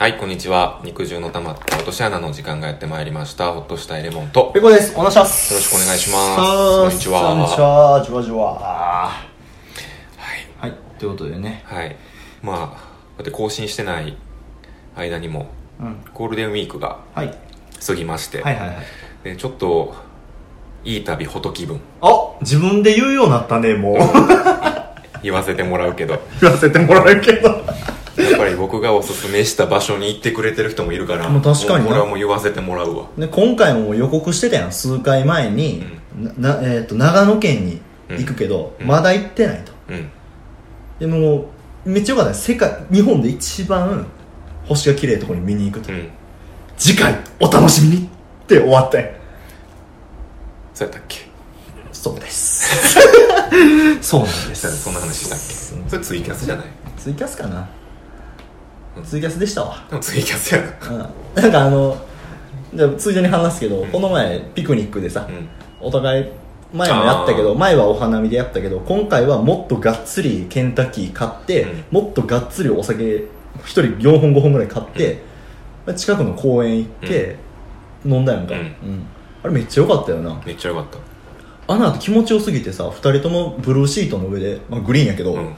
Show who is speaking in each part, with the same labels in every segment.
Speaker 1: はい、こんにちは。肉汁の溜まった落とし穴の時間がやってまいりました。ほっとしたいレモンと。
Speaker 2: ペコです。お願いします。
Speaker 1: よろしくお願いします
Speaker 2: さあ
Speaker 1: こんにちは
Speaker 2: こんにちは。じわじわ。
Speaker 1: はい。
Speaker 2: はい。ということでね。
Speaker 1: はい。まあ、こうやって更新してない間にも、
Speaker 2: うん。
Speaker 1: ゴールデンウィークが
Speaker 2: はい。
Speaker 1: 過ぎまして、
Speaker 2: はいはいはい。
Speaker 1: でちょっと、いい旅、ほと気分、
Speaker 2: あ自分で言うようになったね、もう。
Speaker 1: 言わせてもらうけど、やっ
Speaker 2: 言わせてもらうけど。
Speaker 1: ぱり僕がおすすめした場所に行ってくれてる人もいるから、
Speaker 2: もう確かにな
Speaker 1: もうこれはもう言わせてもらうわ。
Speaker 2: で、今回ももう予告してたやん。数回前に、な、なえっ、と、長野県に行くけど、
Speaker 1: うん
Speaker 2: まだ行ってないと。
Speaker 1: うん。
Speaker 2: でも、めっちゃよかったね。世界、日本で一番星が綺麗なところに見に行くと。
Speaker 1: うん。
Speaker 2: 次回、お楽しみにって終わったやん。
Speaker 1: そうやったっけ
Speaker 2: そう です。そうなんで
Speaker 1: そうやそんな話したっけそれツイキャスじゃない
Speaker 2: ツイキャスかな
Speaker 1: うん
Speaker 2: ツイキャスでしたわ、
Speaker 1: でもツイキャスやな。
Speaker 2: うん、なんかあのじゃあついでに話すけど、この前ピクニックでさ、
Speaker 1: うん。
Speaker 2: お互い前もやったけ
Speaker 1: あ
Speaker 2: ど
Speaker 1: ー
Speaker 2: 前はお花見でやったけど今回はもっとがっつりケンタッキー買って、
Speaker 1: うん
Speaker 2: もっとがっつりお酒1人4本5本ぐらい買って、近くの公園行って、飲んだやんか、
Speaker 1: うん
Speaker 2: うんあれめっちゃ良かったよな
Speaker 1: めっちゃよかった。
Speaker 2: あの後気持ちよすぎてさ2人ともブルーシートの上で、まあ、グリーンやけど、
Speaker 1: うん。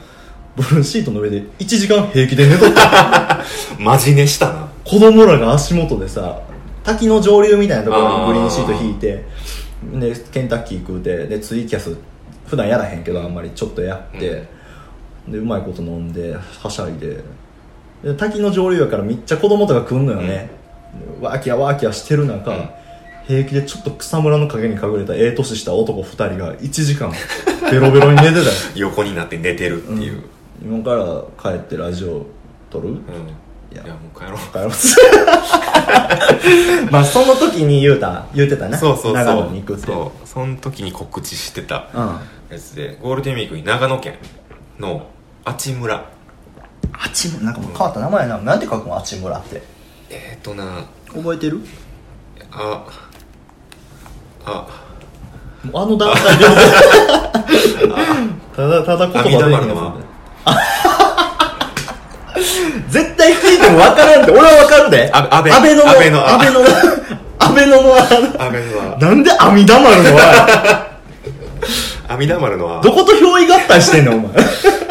Speaker 2: ブルーシートの上で1時間平気で寝とった
Speaker 1: マジ寝したな。
Speaker 2: 子供らが足元でさ滝の上流みたいなところにグリーンシート引いてでケンタッキー食うてでツイキャス普段やらへんけどあんまりちょっとやって、でうまいこと飲んではしゃいでで滝の上流やからめっちゃ子供とか来んのよね、ワーキャーワーキャーしてる中、
Speaker 1: うん
Speaker 2: 平気でちょっと草むらの陰に隠れたええ年した男2人が1時間ベロベロに寝てた よ
Speaker 1: 横になって寝てるっていう。
Speaker 2: 今から帰ってラジオ撮る
Speaker 1: うん。い
Speaker 2: い
Speaker 1: や、
Speaker 2: や
Speaker 1: もう帰ろう。
Speaker 2: わかります まあその時に言うた言うてたな
Speaker 1: そうそうそう。
Speaker 2: 長野に行くって
Speaker 1: そう。その時に告知してた
Speaker 2: うん
Speaker 1: やつで、ゴールデンウィークに長野県の阿智村。
Speaker 2: あちむなんかもう変わった名前やななんて書くのあちむらって
Speaker 1: えっ、ー、とな、
Speaker 2: 覚えてる
Speaker 1: あ、あ、
Speaker 2: もうあの段階でただただ言葉
Speaker 1: 阿弥陀丸の間
Speaker 2: 出て。けんやつ絶対聞いても分からんって俺は分かるで
Speaker 1: あ安倍
Speaker 2: 安倍の
Speaker 1: 安倍の
Speaker 2: 安倍の安倍の安
Speaker 1: 阿弥陀 丸。
Speaker 2: なんで阿弥陀丸の間
Speaker 1: 阿弥陀丸のは
Speaker 2: ど、こと憑依合体してんのお前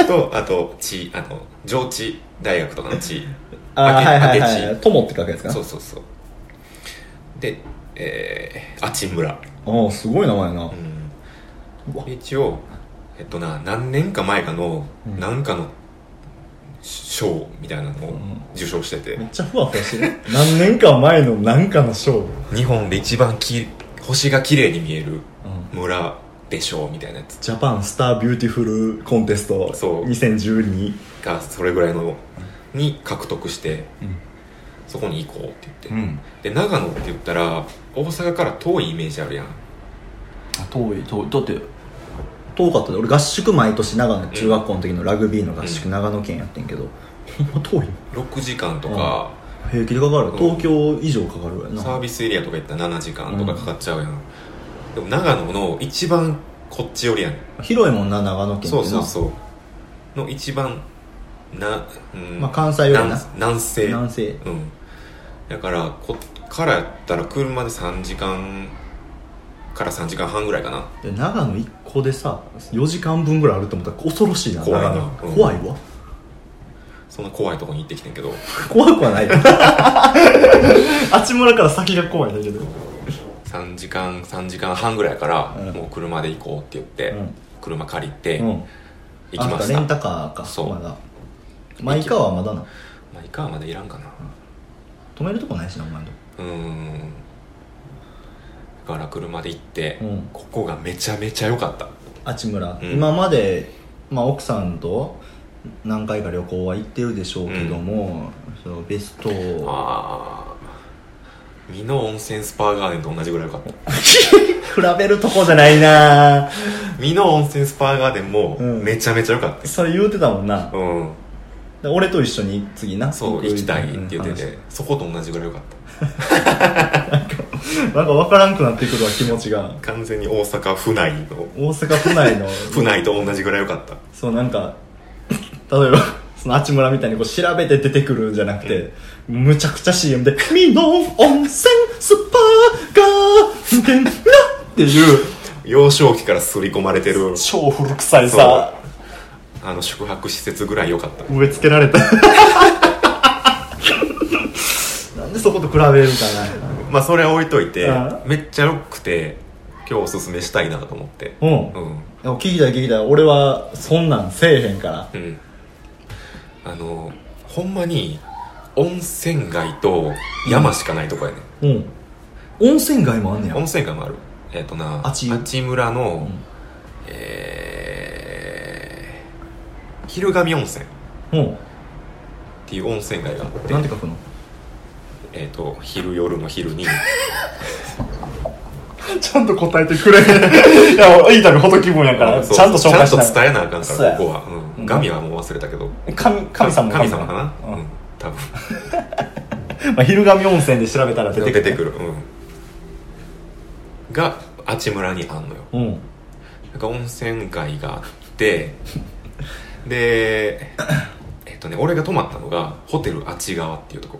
Speaker 1: と、あと、地、あの、上智大学とかの 地。
Speaker 2: あ
Speaker 1: 明
Speaker 2: はいはいは
Speaker 1: 明
Speaker 2: い友って書くやつか
Speaker 1: そうそうそう。で、えー、阿智村。
Speaker 2: ああすごい名前やな、
Speaker 1: うん。
Speaker 2: うわ
Speaker 1: 一応えっとな何年か前かの
Speaker 2: うん
Speaker 1: 何かの賞みたいなのを受賞してて
Speaker 2: めっちゃふわふわしてる何年か前の何かのショー
Speaker 1: 日本で一番き星が綺麗に見える
Speaker 2: うん
Speaker 1: 村でしょうみたいなやつ
Speaker 2: ジャパンスタービューティフルコンテスト
Speaker 1: そう
Speaker 2: 2012
Speaker 1: がそれぐらいのに獲得してそこに行こうって言って、で
Speaker 2: ん
Speaker 1: 長野って言ったら大阪から遠いイメージあるやん
Speaker 2: 遠い遠いだって遠かったで俺合宿毎年長野中学校の時のラグビーの合宿、
Speaker 1: うん
Speaker 2: 長野県やってんけどほんま遠い
Speaker 1: 6時間とか、
Speaker 2: 平気でかかる
Speaker 1: うん
Speaker 2: 東京以上かかるわよ
Speaker 1: サー
Speaker 2: な
Speaker 1: ビスエリアとか行ったら7時間とかかかっちゃうやん、でも長野の一番こっち寄りやん
Speaker 2: 広いもんな長野県って
Speaker 1: そ
Speaker 2: な
Speaker 1: うそうそうの一番な、うん
Speaker 2: まあ、関西よりな
Speaker 1: 南南西
Speaker 2: 南西
Speaker 1: うんだからこっからやったら車で3時間から3時間半ぐらいかな
Speaker 2: で長野1個でさ4時間分ぐらいあると思ったら恐ろしいな
Speaker 1: 怖いな
Speaker 2: 長野
Speaker 1: うん
Speaker 2: 怖いわ
Speaker 1: そんな怖いとこに行ってきてんけど
Speaker 2: 怖く はないよあっち村から先が怖いんだけど、
Speaker 1: 3時間3時間半ぐらいから、
Speaker 2: うん
Speaker 1: もう車で行こうって言って、
Speaker 2: うん
Speaker 1: 車借りて
Speaker 2: うん、
Speaker 1: 行きま
Speaker 2: あ
Speaker 1: し
Speaker 2: レ
Speaker 1: た、
Speaker 2: ンタカーか
Speaker 1: そう
Speaker 2: まだマイカーはまだな
Speaker 1: まあ、いかはまだいらんかな
Speaker 2: 止めるとこないしなお前の
Speaker 1: うーんだから車で行って、
Speaker 2: うん
Speaker 1: ここがめちゃめちゃ良かった
Speaker 2: あっち村、
Speaker 1: うん
Speaker 2: 今まで、まあ、奥さんと何回か旅行は行ってるでしょうけども、そのベスト比
Speaker 1: ああ美濃温泉スパーガーデンと同じぐらい良かった
Speaker 2: べるとこじゃないな
Speaker 1: 美濃温泉スパーガーデンも
Speaker 2: うん
Speaker 1: めちゃめちゃ良かっ
Speaker 2: それ言うてたもんな
Speaker 1: たうん、
Speaker 2: で俺と一緒に次な
Speaker 1: そう行きたいって言ってて、
Speaker 2: うん
Speaker 1: そこと同じぐらい良かっ
Speaker 2: 話なんか分からんくなってくるわ気持ちが
Speaker 1: た完全に大阪府内の
Speaker 2: 大阪府内の
Speaker 1: 府内と同じぐらい良かった
Speaker 2: そうなんか例えばそのあちむらみたいにこう調べて出てくるんじゃなくて、むちゃくちゃ CM で「ミノン温泉スパーガーデンラ」っていう
Speaker 1: 幼少期から刷り込まれてる
Speaker 2: 超古臭い
Speaker 1: そう
Speaker 2: さ
Speaker 1: あの宿泊施設ぐらい良かった
Speaker 2: 植え付けられたなんでそこと比べるかな
Speaker 1: まあそれは置いといて
Speaker 2: あ
Speaker 1: めっちゃ良くて今日おすすめしたいなと思って
Speaker 2: うん
Speaker 1: うん
Speaker 2: でも聞いた聞いた俺はそんなんせえへんから
Speaker 1: うんあのほんまに温泉街と山しかないとこやね、
Speaker 2: うん温泉街もあんねや
Speaker 1: 温泉街もあるえっ、とな
Speaker 2: あち
Speaker 1: 村の、
Speaker 2: うん
Speaker 1: えー、昼神温泉っ
Speaker 2: うん
Speaker 1: ていう温泉街があって
Speaker 2: なんて書くの
Speaker 1: えっ、と昼夜の昼に
Speaker 2: ちゃんと答えてくれへん。いや、いいたびほど気分やから、
Speaker 1: そう
Speaker 2: ちゃんと紹介し
Speaker 1: ち
Speaker 2: な
Speaker 1: ゃんと
Speaker 2: い。
Speaker 1: 伝えなあかんか
Speaker 2: そうや
Speaker 1: らここは、う、
Speaker 2: うんん
Speaker 1: 神はもう忘れたけど
Speaker 2: 神神様の
Speaker 1: 神様かな
Speaker 2: う
Speaker 1: うん、多分
Speaker 2: んまあ、昼神温泉で調べたら出てく
Speaker 1: 出て
Speaker 2: る。
Speaker 1: くる、うん、があちむらにあんのよ
Speaker 2: うん。
Speaker 1: なんか温泉街があ ってでえっとね俺が泊まったのがホテルあち側っていうとこ、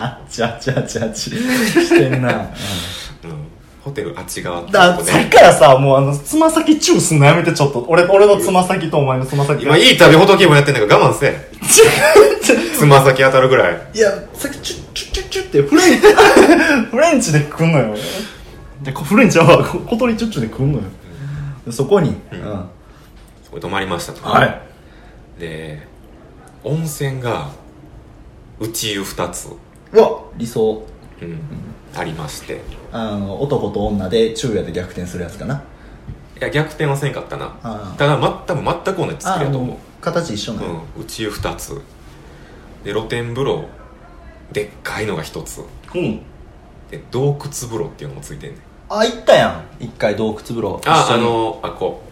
Speaker 2: あっちあっちあっちあっち。してんな。
Speaker 1: うん、ホテルあち側っていうと
Speaker 2: だ
Speaker 1: こ
Speaker 2: さっき
Speaker 1: ね
Speaker 2: からさ、もうあの、つま先チューすんのやめてちょっと。俺、俺のつま先とお前のつま先
Speaker 1: 今
Speaker 2: が。
Speaker 1: いい旅ほどきもやってんだから我慢せえ
Speaker 2: ちゅちゅ
Speaker 1: つま先当たるぐらい
Speaker 2: いや、さっきチュッチュッチュッチュッってフ レンチ、フレンチで食んのよ。で、こフレンチはこ小鳥チュッチュで食んのよ。でそこに、うんん。
Speaker 1: そこれ泊まりましたと
Speaker 2: はい。
Speaker 1: で温泉が内湯2つ、
Speaker 2: うわ理想。
Speaker 1: うん、ありまして
Speaker 2: あの男と女で昼夜で逆転するやつかない
Speaker 1: や逆転はせんかったな
Speaker 2: あー
Speaker 1: ただ全く全く同じ作りだと思う
Speaker 2: 形一緒なの、
Speaker 1: うん、内湯2つで露天風呂でっかいのが1つ
Speaker 2: うん、
Speaker 1: で洞窟風呂っていうのもついてんねん
Speaker 2: あ行ったやん一回洞窟風呂
Speaker 1: あ
Speaker 2: 一緒
Speaker 1: あ
Speaker 2: に
Speaker 1: のあこ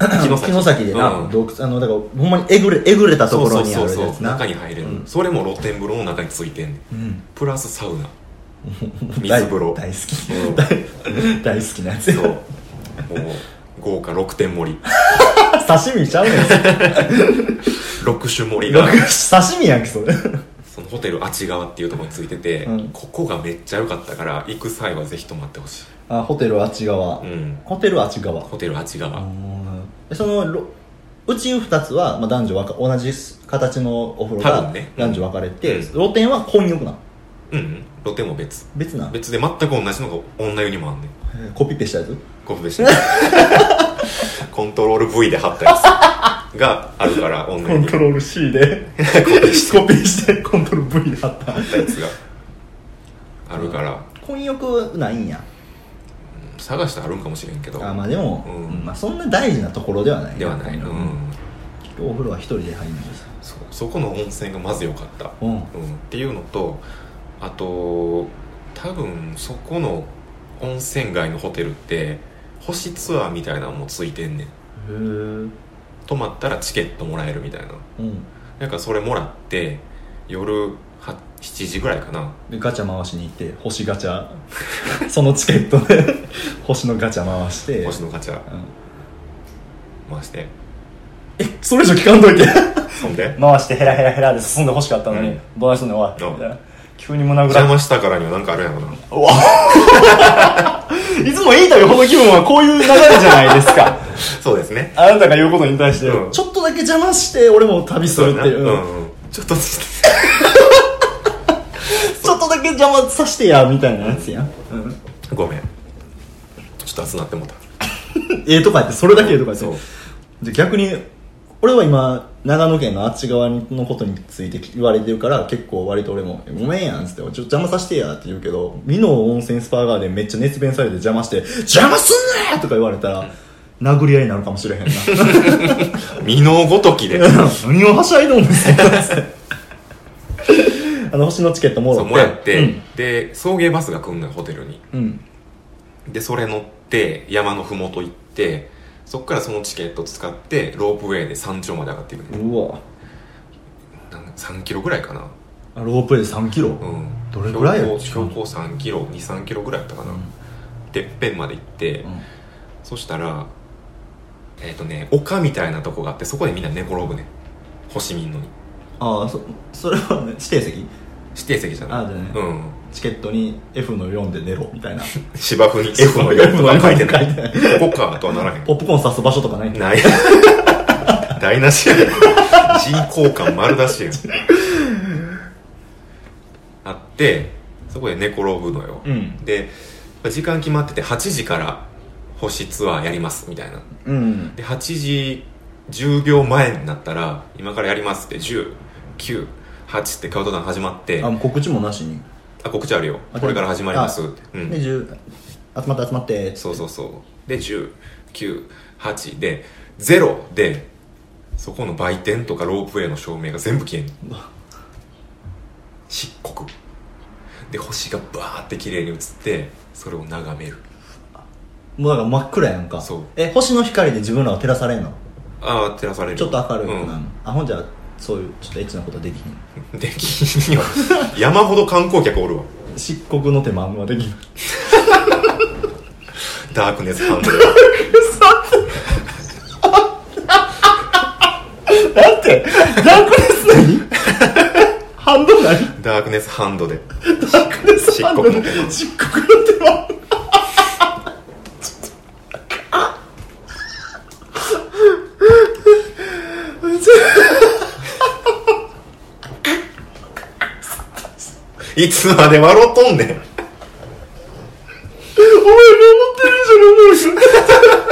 Speaker 1: う木の先
Speaker 2: 木の先でな、
Speaker 1: うん
Speaker 2: 洞窟あのだからほんまにえぐれえぐれたと
Speaker 1: そ
Speaker 2: こ
Speaker 1: うそ
Speaker 2: ろ
Speaker 1: う
Speaker 2: にあ
Speaker 1: そう
Speaker 2: るやつな
Speaker 1: そう中に入れる、
Speaker 2: うん
Speaker 1: それも露天風呂の中についてんねん
Speaker 2: うん
Speaker 1: プラスサウナ水
Speaker 2: 大
Speaker 1: 風呂
Speaker 2: 大好き、
Speaker 1: うん
Speaker 2: 大大好き なやつ
Speaker 1: そうもう豪華6点盛り
Speaker 2: 刺身ちゃう ねん
Speaker 1: 6種盛りが
Speaker 2: 刺身やんけそれ
Speaker 1: そのホテルあち側っていうところについてて、
Speaker 2: うん
Speaker 1: ここがめっちゃ良かったから行く際はぜひ泊まってほしい、
Speaker 2: あホテルあっち側、
Speaker 1: うん、
Speaker 2: ホテルあっち側
Speaker 1: ホテルあち側、
Speaker 2: うんでそのろうち2つは、まあ、男女わか同じ形のお風呂
Speaker 1: 多分
Speaker 2: が
Speaker 1: ね
Speaker 2: 男女分かれて、
Speaker 1: うん
Speaker 2: 露天は混浴なん
Speaker 1: うんうん露天も別
Speaker 2: 別なん
Speaker 1: 別で全く同じのが女湯にもあんねん
Speaker 2: えーコピペしたやつ
Speaker 1: コンペ してコントロール V で貼ったやつがあるから女湯にも
Speaker 2: ロール C で
Speaker 1: コピーして
Speaker 2: コピーしてコントロール V で貼った
Speaker 1: 貼ったやつがあるから
Speaker 2: 混浴ないんや
Speaker 1: 探してあるんかもしれんけど
Speaker 2: あまあでも、
Speaker 1: うん
Speaker 2: うんまあ、そんな大事なところではない
Speaker 1: ではない、う
Speaker 2: うん
Speaker 1: ん、
Speaker 2: お風呂は一人で入るんです
Speaker 1: そそこの温泉がまず良かった
Speaker 2: うん
Speaker 1: うん、っていうのとあと多分そこの温泉街のホテルって星ツアーみたいなのもついてんねん
Speaker 2: へ
Speaker 1: 泊まったらチケットもらえるみたいな
Speaker 2: えうん
Speaker 1: なんかそれもらって夜は7時ぐらいかな
Speaker 2: でガチャ回しに行って星ガチャ そのチケットで 星のガチャ回して
Speaker 1: 星のガチャ
Speaker 2: うん
Speaker 1: 回して
Speaker 2: えそれ以上聞かんといて
Speaker 1: そんで
Speaker 2: 回してヘラヘラヘラで進んでほしかったのに、
Speaker 1: うん
Speaker 2: どないすんねんおい
Speaker 1: うん
Speaker 2: みたいな急に胸ぐら
Speaker 1: 邪魔したからにはなんかあるやろない
Speaker 2: つもいい旅ほど気分はこういう流れじゃないですか
Speaker 1: そうですね
Speaker 2: あなたが言うことに対して、
Speaker 1: うん
Speaker 2: ちょっとだけ邪魔して俺も旅するっていう、
Speaker 1: そうや
Speaker 2: うん
Speaker 1: なうんうんちょっと
Speaker 2: ちょっとだけ邪魔させてやみたいなやつやん、うん
Speaker 1: ごめんちょっと熱なってもうた
Speaker 2: ええとか言ってそれだけええとか
Speaker 1: そ
Speaker 2: 言
Speaker 1: う
Speaker 2: ってで逆に俺は今長野県のあっち側のことについて言われてるから結構割と俺も「ごめんやん」っつって「ちょっと邪魔させてや」って言うけど美濃温泉スパーガーデンめっちゃ熱弁されて邪魔して「邪魔すんな!」とか言われたら殴り合いになるかもしれへんな
Speaker 1: 未能ごときで
Speaker 2: 何をはしゃいどんですかっつってあの星のチケットも
Speaker 1: そ
Speaker 2: ろ
Speaker 1: う
Speaker 2: て
Speaker 1: もらって、で送迎バスが来んのよホテルに
Speaker 2: うん、うん
Speaker 1: でそれ乗って山のふもと行ってそっからそのチケット使ってロープウェイで山頂まで上がっていくね
Speaker 2: うわ
Speaker 1: なんか3キロぐらいかな
Speaker 2: あロープウェイで3キロ、
Speaker 1: うん
Speaker 2: どれぐらい
Speaker 1: 標高
Speaker 2: や時
Speaker 1: 標
Speaker 2: 間
Speaker 1: 高3キロ23キロぐらいやったかな、てっぺんまで行って、
Speaker 2: うん
Speaker 1: そしたらえっ、とね丘みたいなとこがあってそこでみんな寝転ぶね星見んのに
Speaker 2: ああそそれは、ね、指定席
Speaker 1: 指定席じゃない
Speaker 2: あじゃない
Speaker 1: うん
Speaker 2: チケットに F の4で寝ろみたいな
Speaker 1: 芝生に F の4とは書いてない
Speaker 2: 書いてない
Speaker 1: ここかとはならへん
Speaker 2: ポップコーン刺す場所とかない
Speaker 1: ない 台無しやね人工感丸出しやんあってそこで寝転ぶのよ、
Speaker 2: うん
Speaker 1: で時間決まってて8時から星ツアーやりますみたいな
Speaker 2: うん
Speaker 1: で8時10秒前になったら今からやりますって109 8ってカウントダウン始まって
Speaker 2: あもう告知もなしに
Speaker 1: あ告知あるよ
Speaker 2: あ
Speaker 1: これから始まりますって、う
Speaker 2: で
Speaker 1: ん、
Speaker 2: 10集まって集まって
Speaker 1: そうそうそうで198で0でそこの売店とかロープウェイの照明が全部消えん
Speaker 2: う
Speaker 1: の
Speaker 2: わ
Speaker 1: 漆黒で星がバーって綺麗に映ってそれを眺める
Speaker 2: もうだから真っ暗やんか
Speaker 1: そう
Speaker 2: え星の光で自分らは照らされんの
Speaker 1: ああ照らされる
Speaker 2: ちょっと明るくなる、
Speaker 1: うん
Speaker 2: あほんじゃそういうちょっとエッチなことはできひん
Speaker 1: できんよ山ほど観光客おるわ
Speaker 2: 漆黒の手もあんまできひん
Speaker 1: ダークネスハンド ル
Speaker 2: なんてダークネス何 ハンド何
Speaker 1: ダークネスハンドで
Speaker 2: ダークネスハンド
Speaker 1: 漆黒の手も
Speaker 2: 漆黒の手もあん
Speaker 1: いつまで笑っとんねん
Speaker 2: お前守ってるじゃん思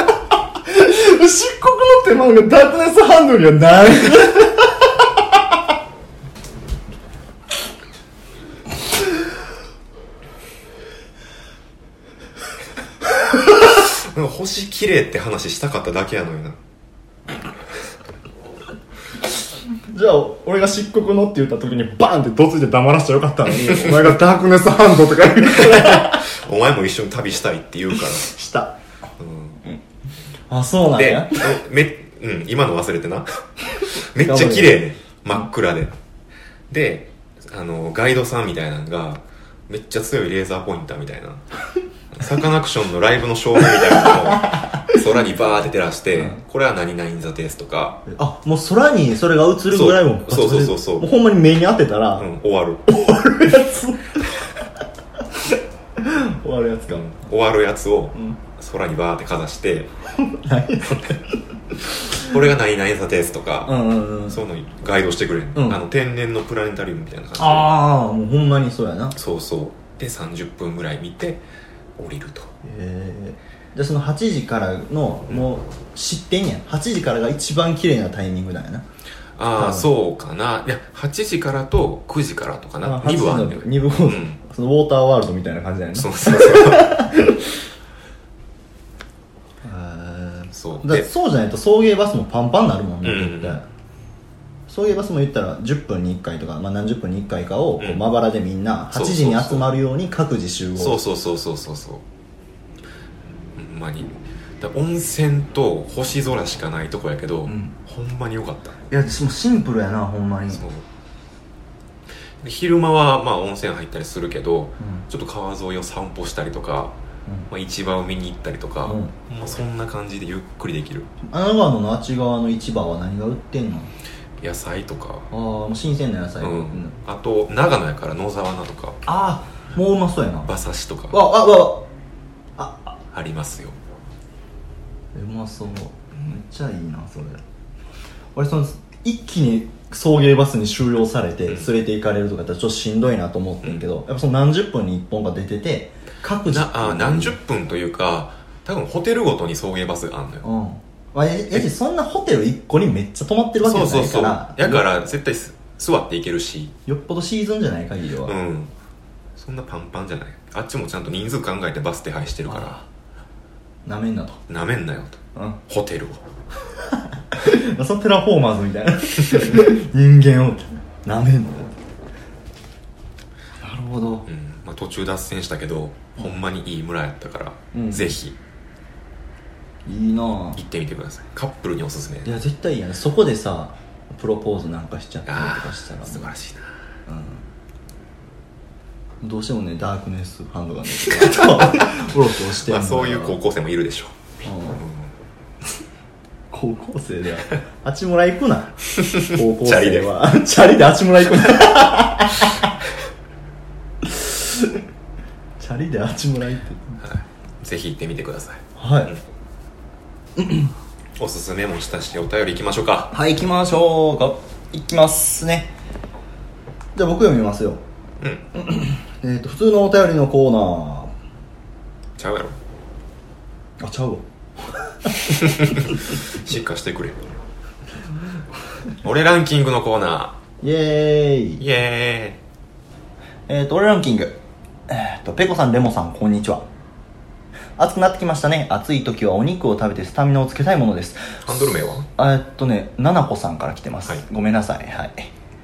Speaker 2: う 漆黒の手間がダークネスハンドルがない
Speaker 1: なんか星綺麗って話したかっただけやのにな
Speaker 2: じゃあ俺が漆黒のって言った時にバンってどついて黙らせちゃよかったのにお前がダークネスハンドとか言うから
Speaker 1: お前も一緒に旅したいって言うから
Speaker 2: した、あそうなん
Speaker 1: で
Speaker 2: や、
Speaker 1: め、うん、今の忘れてな。 めっちゃ綺麗ね。真っ暗で。で、あの、ガイドさんみたいなのが、めっちゃ強いレーザーポインターみたいな。サカナクションのライブの照明みたいなのを空にバーって照らして、これは何々座ですとか、
Speaker 2: あもう空にそれが映るぐらいも
Speaker 1: そうそうそうそう
Speaker 2: もうほんまに目に当てたら、
Speaker 1: うん、終わる。
Speaker 2: 終わるやつ終わるやつか
Speaker 1: うん終わるやつを
Speaker 2: うん
Speaker 1: 空にバーってかざして、
Speaker 2: 何
Speaker 1: これが何々座ですと
Speaker 2: う
Speaker 1: か、
Speaker 2: んうんうん
Speaker 1: そういうのガイドしてくれん、
Speaker 2: うん
Speaker 1: あの、天然のプラネタリウムみたいな感じで。
Speaker 2: ああもうほんまにそうやな
Speaker 1: そうそうで30分ぐらい見て降りると
Speaker 2: えー、じゃあその8時からのもう知ってんやん8時からが一番綺麗なタイミングなんやな
Speaker 1: あ
Speaker 2: う
Speaker 1: あ
Speaker 2: ん
Speaker 1: そうかないや8時からと9時からとかな2部あんねん
Speaker 2: 2部
Speaker 1: う
Speaker 2: 放送
Speaker 1: ん
Speaker 2: そのウォーターワールドみたいな感じだよね
Speaker 1: そうそうそう
Speaker 2: へー
Speaker 1: そう
Speaker 2: だって
Speaker 1: で
Speaker 2: そうじゃないと送迎バスもパンパンになるもんね、
Speaker 1: うん
Speaker 2: 絶対送迎バスも言ったら10分に1回とか、まあ、何十分に1回かをこ
Speaker 1: う
Speaker 2: うんまばらでみんな8
Speaker 1: そうそうそう
Speaker 2: 時に集まるように各自集合
Speaker 1: そうそうそうそうそうそうほんまにだから温泉と星空しかないとこやけど、
Speaker 2: ん
Speaker 1: ほんまによかった
Speaker 2: いやもうシンプルやなほんまに
Speaker 1: そうで昼間はまあ温泉入ったりするけど
Speaker 2: う
Speaker 1: ちょっと川沿いを散歩したりとか、
Speaker 2: うん
Speaker 1: まあ、市場を見に行ったりとか、
Speaker 2: うん
Speaker 1: まあ、そんな感じでゆっくりできる
Speaker 2: 穴川のあっち側の市場は何が売ってんの
Speaker 1: 野菜とか
Speaker 2: ああもう新鮮な野菜、
Speaker 1: う
Speaker 2: うんん、
Speaker 1: あと長野やから野沢菜とか
Speaker 2: ああもううまそうやなわ
Speaker 1: 馬刺しとか
Speaker 2: わわああ
Speaker 1: ありますよ
Speaker 2: うまそうめっちゃいいなそれ俺その一気に送迎バスに収容されて連れて行かれるとかやったらちょっとしんどいなと思ってんけど、やっぱその何十分に1本が出てて各自
Speaker 1: なあ何十分というか多分ホテルごとに送迎バスがあんのよ
Speaker 2: うんまあ、ややしそんなホテル1個にめっちゃ泊まってるわけじ
Speaker 1: そ
Speaker 2: ゃ
Speaker 1: う
Speaker 2: な
Speaker 1: そう
Speaker 2: いか
Speaker 1: そう
Speaker 2: ら
Speaker 1: やから絶対す座っていけるし
Speaker 2: よっぽどシーズンじゃない限りは、
Speaker 1: うんそんなパンパンじゃないあっちもちゃんと人数考えてバス手配してるから
Speaker 2: なめんなと、
Speaker 1: なめんなよと
Speaker 2: うん、
Speaker 1: ホテルを
Speaker 2: そのテラフォーマーズみ たいな人間をなめんななるほど
Speaker 1: うんまあ、途中脱線したけどほんまにいい村やったから、
Speaker 2: うん
Speaker 1: ぜひ
Speaker 2: いいなぁ
Speaker 1: 行ってみてくださいカップルにおすすめ
Speaker 2: いや絶対いいやんそこでさプロポーズなんかしちゃったり
Speaker 1: あ
Speaker 2: と
Speaker 1: あ
Speaker 2: かしたら
Speaker 1: 素晴らしいな
Speaker 2: うん、どうしてもねダークネスハンドがねうろうろしてんの
Speaker 1: ま
Speaker 2: よ
Speaker 1: あ、そういう高校生もいるでしょう、
Speaker 2: うん
Speaker 1: うん
Speaker 2: 高校生ではあちむら行くな高校生はチャリであちむら行くなチャリであちむら行って
Speaker 1: ぜひ行ってみてください
Speaker 2: はい
Speaker 1: おすすめもしたしお便り行きましょうか
Speaker 2: はい行きましょうか行きますねじゃあ僕読みますよ
Speaker 1: うん
Speaker 2: えっ、と普通のお便りのコーナ
Speaker 1: ちゃうやろ
Speaker 2: ーあちゃうわ
Speaker 1: 進化してくれ俺ランキングのコーナ
Speaker 2: イエー
Speaker 1: ー
Speaker 2: イ
Speaker 1: イエ
Speaker 2: えー、と、俺ランキング。えー、と、ペコさん、レモさん、こんにちは。暑くなってきましたね。暑い時はお肉を食べてスタミナをつけたいものです。
Speaker 1: ーハンドル名は
Speaker 2: えーっとね、ななこさんから来てます。
Speaker 1: はい
Speaker 2: ごめんなさい。はい。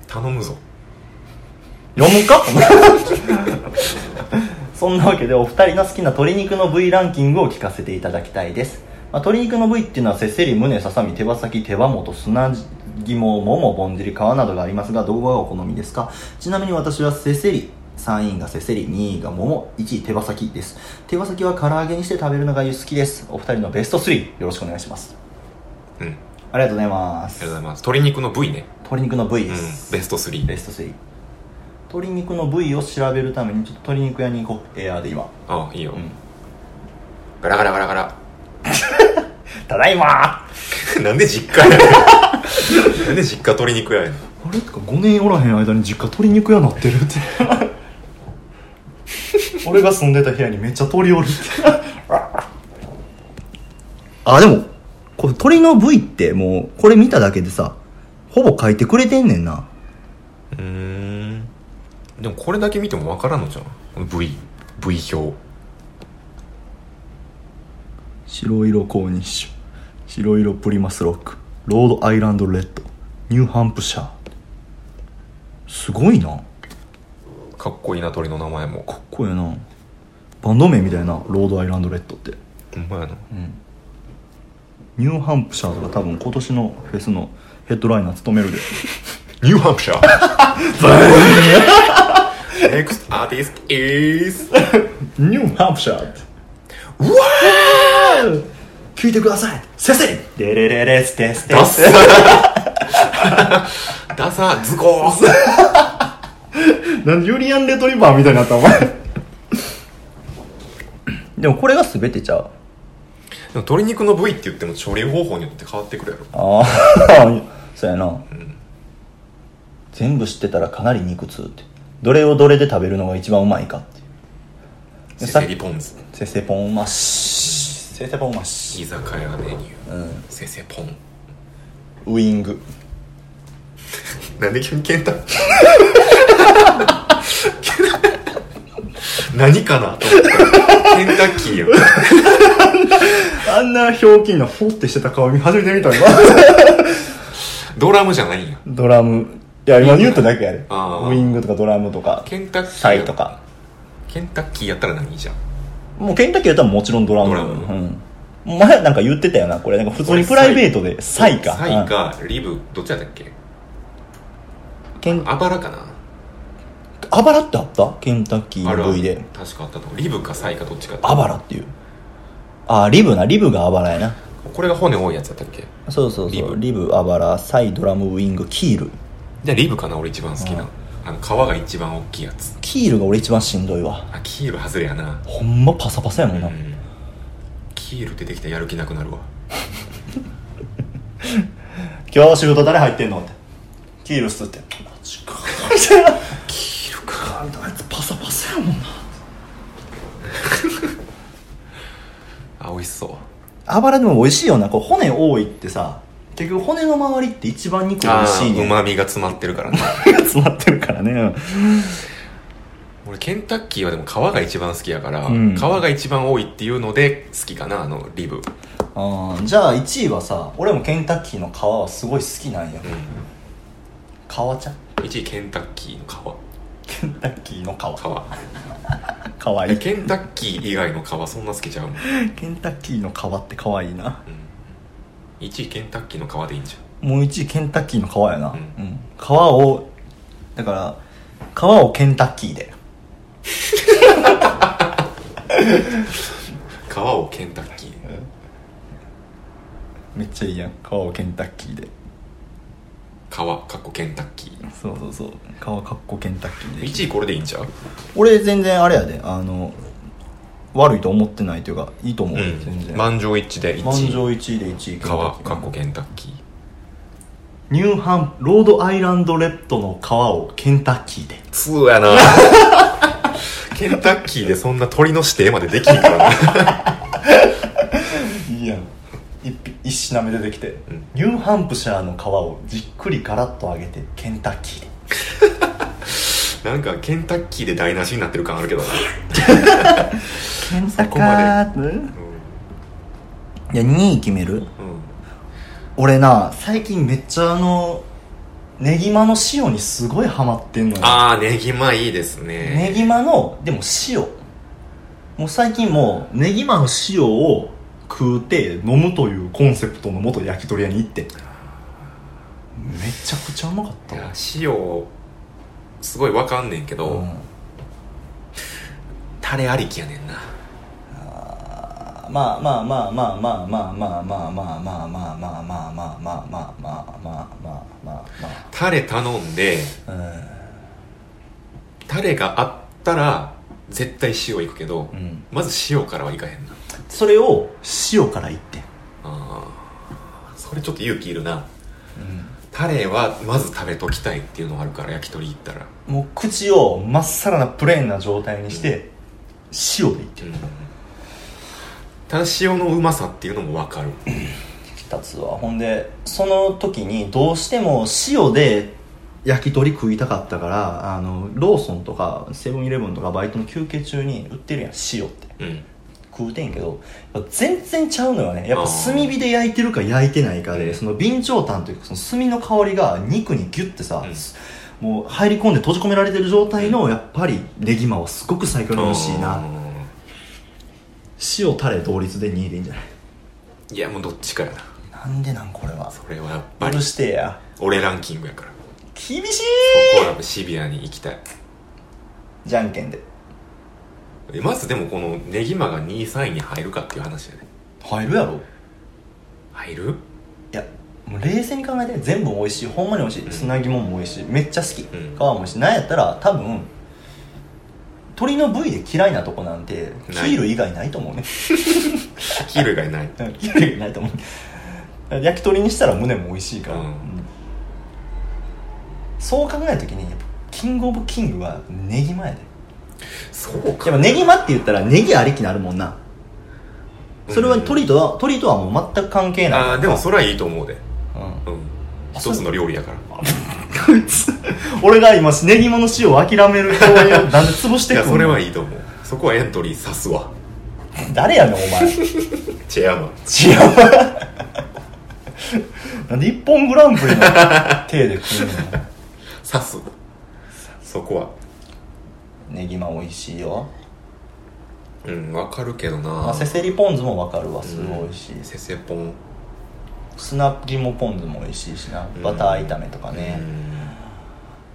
Speaker 1: 頼むぞ
Speaker 2: 読むかそんなわけで、お二人の好きな鶏肉の部位ランキングを聞かせていただきたいです。まあ、鶏肉の部位っていうのは、せっせり、胸、ささみ、手羽先、手羽元、砂肝、もも、ぼんじり、皮などがありますが、動画はお好みですかちなみに私はせっせり、3位がせっせり、2位がもも、1位手羽先です。手羽先は唐揚げにして食べるのが好きです。お二人のベスト3、よろしくお願いします。
Speaker 1: うんあり
Speaker 2: ありがとうございま
Speaker 1: がとう
Speaker 2: す
Speaker 1: ご。ざいます鶏肉の部位ね
Speaker 2: 鶏肉の部
Speaker 1: うん
Speaker 2: 位で
Speaker 1: ベ
Speaker 2: す。
Speaker 1: スト3
Speaker 2: ベスト3鶏肉の部位を調べるためにちょっと鶏肉屋に行こうエアーで今
Speaker 1: ああいいよ、
Speaker 2: うん
Speaker 1: ガラガラガラガラ
Speaker 2: ただいま
Speaker 1: なんで実家やねん なんで実家鶏肉やねん
Speaker 2: ーあれとか5年おらへん間に実家鶏肉屋なってるって 俺が住んでた部屋にめっちゃ鳥おるってあでもこれ鳥の部位ってもうこれ見ただけでさほぼ書いてくれてんねんな
Speaker 1: うーんでもこれだけ見てもわからんのじゃんこの部位部位表
Speaker 2: 白色コーニッシュ白色プリマスロックロードアイランドレッドニューハンプシャーすごいな
Speaker 1: か
Speaker 2: か
Speaker 1: っこいいな鳥の名前も
Speaker 2: っこええなバンド名みたいなロードアイランドレッドって
Speaker 1: ほんまやな
Speaker 2: ニューハンプシャーとか多分今年のフェスのヘッドライナー務めるで
Speaker 1: ニューハンプシャー Next artist is
Speaker 2: ニューハンプシャーって
Speaker 1: うわ
Speaker 2: 聞いてください先生デレレレステステ
Speaker 1: ダッ
Speaker 2: ス
Speaker 1: サ ーダサーズコー
Speaker 2: なんでユリアン・レトリバーみたいになったお前でもこれが全てちゃう
Speaker 1: でも鶏肉の部位って言っても調理方法によって変わってくるやろ
Speaker 2: ああ そうやな、全部知ってたらかなり肉痛ってどれをどれで食べるのが一番うまいかってい
Speaker 1: せ
Speaker 2: う
Speaker 1: せりポン酢
Speaker 2: せせぽんましせせぽんまし
Speaker 1: 居酒屋メニュー、
Speaker 2: うん
Speaker 1: せせポン
Speaker 2: ウイング
Speaker 1: なんで急にケ ンタ何かなと思ったケンタッキーよ
Speaker 2: あんなひょうきんなほってしてた顔見初めて見た今
Speaker 1: ドラムじゃないんや
Speaker 2: ドラムいや今ニュートだけやで
Speaker 1: あー
Speaker 2: ウイングとかドラムとか
Speaker 1: ケンタッキー
Speaker 2: サイとか
Speaker 1: ケンタッキーやったら何じゃん
Speaker 2: もうケンタッキーやったらもちろんドラム
Speaker 1: ドラム
Speaker 2: うん、前なんか言ってたよなこれなんか普通にプライベートでサイか
Speaker 1: サイかリブどっちやったっけ
Speaker 2: うんケン
Speaker 1: あばらかな
Speaker 2: あばらってあったケンタッキー
Speaker 1: ある
Speaker 2: の
Speaker 1: あ
Speaker 2: 部
Speaker 1: る
Speaker 2: 位で
Speaker 1: 確かあったと思うリブかサイかどっちか
Speaker 2: あばらっていうあリブなリブがあばらやな
Speaker 1: これが骨多いやつやったっけ
Speaker 2: そうそう
Speaker 1: リ
Speaker 2: そ
Speaker 1: ブ
Speaker 2: うリブあばらサイドラムウイングキール
Speaker 1: じゃあリブかな俺一番好きなあの皮が一番大きいやつ
Speaker 2: キールが俺一番しんどいわ
Speaker 1: あキール外れやな
Speaker 2: ほんまパサパサやもんな、
Speaker 1: うんキール出てきたらやる気なくなるわ
Speaker 2: 今日仕事誰入ってんのってキール吸ってマジかキールかあいつパサパサやもんな
Speaker 1: あ美味しそ
Speaker 2: あばらでも美味しいよなこう骨多いってさ結局骨の周りって一番肉
Speaker 1: う
Speaker 2: 美味しいね
Speaker 1: うまみが詰まってるからね
Speaker 2: 詰まってるからねうん
Speaker 1: 俺ケンタッキーはでも皮が一番好きやから、
Speaker 2: うん
Speaker 1: 皮が一番多いっていうので好きかなあのリブ
Speaker 2: あーじゃあ1位はさ俺もケンタッキーの皮はすごい好きなんや
Speaker 1: う
Speaker 2: 皮茶
Speaker 1: ん1位ケンタッキーの
Speaker 2: ケンタッキーの皮
Speaker 1: 皮
Speaker 2: かわい
Speaker 1: 皮
Speaker 2: い
Speaker 1: ケンタッキー以外の皮そんな好きちゃうもん、うん、
Speaker 2: ケンタッキーの皮ってかわいいな
Speaker 1: 1位ケンタッキーの皮でいいんじ
Speaker 2: もう1位ケンタッキーの皮やな、
Speaker 1: うん
Speaker 2: うん、皮をだから皮をケンタッキーで
Speaker 1: ゃん皮をケンタッキー
Speaker 2: めっちゃいいやん川をケンタッキーで
Speaker 1: 川かっこケンタッキー
Speaker 2: そうそうそう川かっこケンタッキーで
Speaker 1: 1位これでいいんちゃう
Speaker 2: 俺全然あれやであの悪いと思ってないというかいいと思
Speaker 1: う
Speaker 2: う、全
Speaker 1: ん
Speaker 2: 然
Speaker 1: 満場一致で
Speaker 2: 満
Speaker 1: 1位
Speaker 2: 場一位で1位
Speaker 1: 川かっこケンタッキー
Speaker 2: ニューハンロードアイランドレッドの川をケンタッキーで
Speaker 1: そうやな ケンタッキーでそんな鳥の指定までできんからな
Speaker 2: いいやん一品一品目出てきて、
Speaker 1: うん
Speaker 2: ニューハンプシャーの皮をじっくりカラッと揚げてケンタッキーで
Speaker 1: なんかケンタッキーで台無しになってる感あるけどな、
Speaker 2: ケン
Speaker 1: タカ
Speaker 2: で
Speaker 1: う
Speaker 2: いや2位決める
Speaker 1: んうん
Speaker 2: 俺な最近めっちゃあのネギマの塩にすごいハマってんのよ
Speaker 1: ああネギマいいですね
Speaker 2: ネギマのでも塩もう最近もうネギマの塩を食うて飲むというコンセプトのもと焼き鳥屋に行ってめちゃくちゃうまかった
Speaker 1: いや
Speaker 2: わ
Speaker 1: 塩すごいわかんねんけど、
Speaker 2: うん
Speaker 1: タレありきやねんな
Speaker 2: まあまあまあまあまあまあまあまあまあまあまあまあまあまあまあまあまあまあまあまあ
Speaker 1: タレ頼んで
Speaker 2: まあ
Speaker 1: タレがあったら絶対塩いくけど、
Speaker 2: うんうん
Speaker 1: まず塩からはいかへんな
Speaker 2: それを塩から言って
Speaker 1: あーそれちょっと勇気いるなタレはまず食べときたいっていうのがあるから焼き鳥行ったら
Speaker 2: もう口をまっさらなプレーンな状態にして塩で言って
Speaker 1: うんただ塩のうまさっていうのもわかる
Speaker 2: 2つはほんでその時にどうしても塩で焼き鳥食いたかったからあのローソンとかセブンイレブンとかバイトの休憩中に売ってるやん塩って
Speaker 1: うん
Speaker 2: 食うてんけどやっぱ全然ちゃうのよねやっ
Speaker 1: あ
Speaker 2: ぱ
Speaker 1: ー
Speaker 2: 炭火で焼いてるか焼いてないか
Speaker 1: う
Speaker 2: で
Speaker 1: ん
Speaker 2: その備長炭というかその炭の香りが肉にギュッてさ、
Speaker 1: うん
Speaker 2: もう入り込んで閉じ込められてる状態のやっぱりネギマはすごく最高に美味しい
Speaker 1: あ
Speaker 2: な
Speaker 1: ー
Speaker 2: 塩タレ同率で2位でいいんじゃない
Speaker 1: いやもうどっちかやな
Speaker 2: なんでなんこれは
Speaker 1: それはやっぱり
Speaker 2: 許してや
Speaker 1: 俺ランキングやから
Speaker 2: 厳しい
Speaker 1: そこはやっぱシビアに行きたい
Speaker 2: じゃんけんで
Speaker 1: えまずでもこのネギマが2位3位に入るかっていう話やね
Speaker 2: 入るやろい
Speaker 1: 入る
Speaker 2: やもう冷静に考えて全部美味しいほんまに美味しい砂肝も美味しいめっちゃ好き、
Speaker 1: ん
Speaker 2: 皮も美味しいなんやったら多分鳥の部位で嫌いなとこなんて
Speaker 1: ない
Speaker 2: キール以外ないと思うね
Speaker 1: キール以外ない
Speaker 2: うんキール以外ないと思う焼き鳥にしたら胸も美味しいから、
Speaker 1: うん
Speaker 2: うんそう考えるときにやっぱキングオブキングはネギ前で
Speaker 1: そう
Speaker 2: やっぱネギマって言ったらネギありきなるもんなそれは鳥とは鳥とはもう全く関係ない
Speaker 1: ああでもそれはいいと思うで
Speaker 2: うん
Speaker 1: うん
Speaker 2: あ
Speaker 1: 一つの料理やから
Speaker 2: こいつ俺が今ネギモの塩を諦める表現をなんで潰して
Speaker 1: い
Speaker 2: く
Speaker 1: や
Speaker 2: んの
Speaker 1: それはいいと思うそこはエントリーさすわ
Speaker 2: 誰やねんお前違う
Speaker 1: チェアマン
Speaker 2: なんで一本グランプリの手で食うの
Speaker 1: さすそこは
Speaker 2: ネギマ美味しいよ、
Speaker 1: うんわかるけど
Speaker 2: ま
Speaker 1: な
Speaker 2: あ、せせりポン酢もわかるわすごい美味しい
Speaker 1: せせぽん
Speaker 2: 砂肝ポン酢も美味しいしな
Speaker 1: うん
Speaker 2: バター炒めとかね、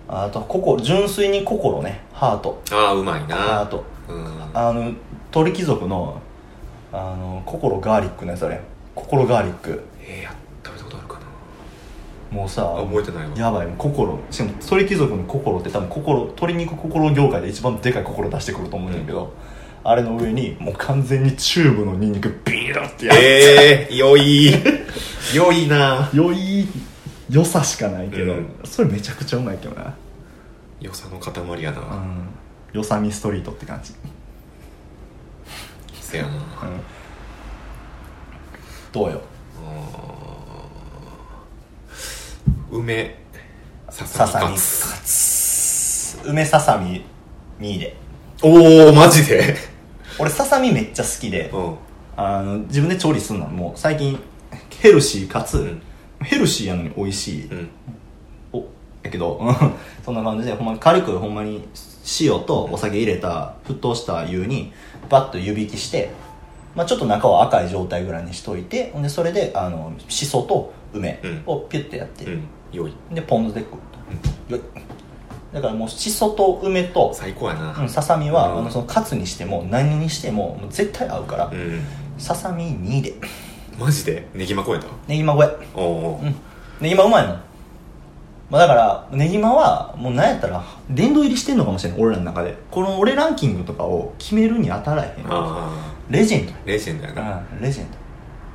Speaker 2: あとここ純粋に心ねハート
Speaker 1: ああうまい
Speaker 2: ハ
Speaker 1: な
Speaker 2: ート
Speaker 1: うん
Speaker 2: あの鳥貴族のあの心ガーリックのやつあれ心ガーリック
Speaker 1: えーや食べたことあるかな
Speaker 2: もうさ
Speaker 1: あ覚えてないわ
Speaker 2: やばい心しかも鳥貴族の心って多分心鶏肉心業界で一番でかい心出してくると思うんだけど、あれの上にもう完全にチューブのニンニクビーッってやる、
Speaker 1: ええ良 い良いな
Speaker 2: 良い良さしかないけど、
Speaker 1: うん
Speaker 2: それめちゃくちゃうまいけどな、
Speaker 1: 良さの塊や
Speaker 2: う、
Speaker 1: なん
Speaker 2: 良さみストリートって感じ、
Speaker 1: せやな
Speaker 2: うん、どうよ
Speaker 1: 梅ささ
Speaker 2: ささ
Speaker 1: み
Speaker 2: み
Speaker 1: カ
Speaker 2: カ
Speaker 1: ツ
Speaker 2: ツ梅ささみ2位で
Speaker 1: おおマジで
Speaker 2: 俺ささみめっちゃ好きで、
Speaker 1: うん
Speaker 2: あの自分で調理するのはもう最近ヘルシーかつ、
Speaker 1: ん
Speaker 2: ヘルシーやのに美味しい、
Speaker 1: うん
Speaker 2: おやけど うんそんな感じでほんまに軽くほんまに塩とお酒入れた沸騰した湯にバッと湯引きして、まあ、ちょっと中は赤い状態ぐらいにしといてほんでそれであのしそと梅をピュッてやって、
Speaker 1: うん良い
Speaker 2: でポン酢で食うと、よっだからもうしそと梅と
Speaker 1: 最高やな
Speaker 2: うんささみは、
Speaker 1: うん
Speaker 2: あのそのカツにしても何にしてももう絶対合うから、
Speaker 1: うん
Speaker 2: ささみ2で
Speaker 1: マジでネギマ超えた
Speaker 2: ねぎま超え
Speaker 1: おお
Speaker 2: うんねぎまうまいもん、まあ、だからねぎまはもうなんやったら殿堂入りしてんのかもしれない俺らの中でこの俺ランキングとかを決めるに当たらへん
Speaker 1: あ
Speaker 2: レジェンド
Speaker 1: あレジェンドやな
Speaker 2: うんレジェン